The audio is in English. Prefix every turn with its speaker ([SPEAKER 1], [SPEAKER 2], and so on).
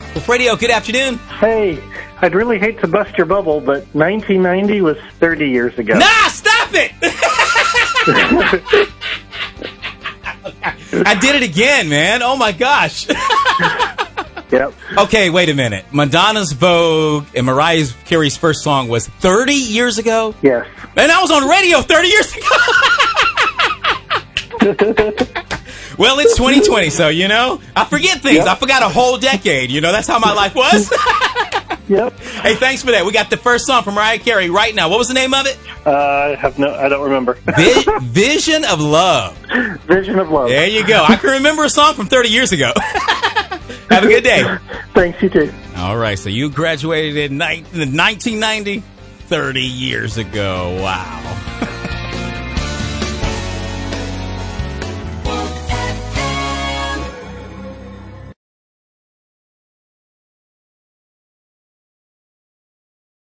[SPEAKER 1] Well, Fredio, good afternoon.
[SPEAKER 2] Hey, I'd really hate to bust your bubble, but 1990 was 30 years ago.
[SPEAKER 1] Nah, stop it! I did it again, man. Oh my gosh.
[SPEAKER 2] Yep.
[SPEAKER 1] Okay, wait a minute. Madonna's Vogue and Mariah Carey's first song was 30 years ago?
[SPEAKER 2] Yes.
[SPEAKER 1] And I was on radio 30 years ago. well, it's 2020, so you know, I forget things.
[SPEAKER 2] Yep.
[SPEAKER 1] I forgot a whole decade. You know, that's how my life was.
[SPEAKER 2] Yep.
[SPEAKER 1] hey, thanks for that. We got the first song from Mariah Carey right now. What was the name of it?
[SPEAKER 2] Uh, I have no. I don't remember.
[SPEAKER 1] Vi- Vision of Love.
[SPEAKER 2] Vision of love.
[SPEAKER 1] There you go. I can remember a song from 30 years ago. Have a good day.
[SPEAKER 2] Thanks. You too.
[SPEAKER 1] All right, so you graduated in ni- 1990, 30 years ago. Wow.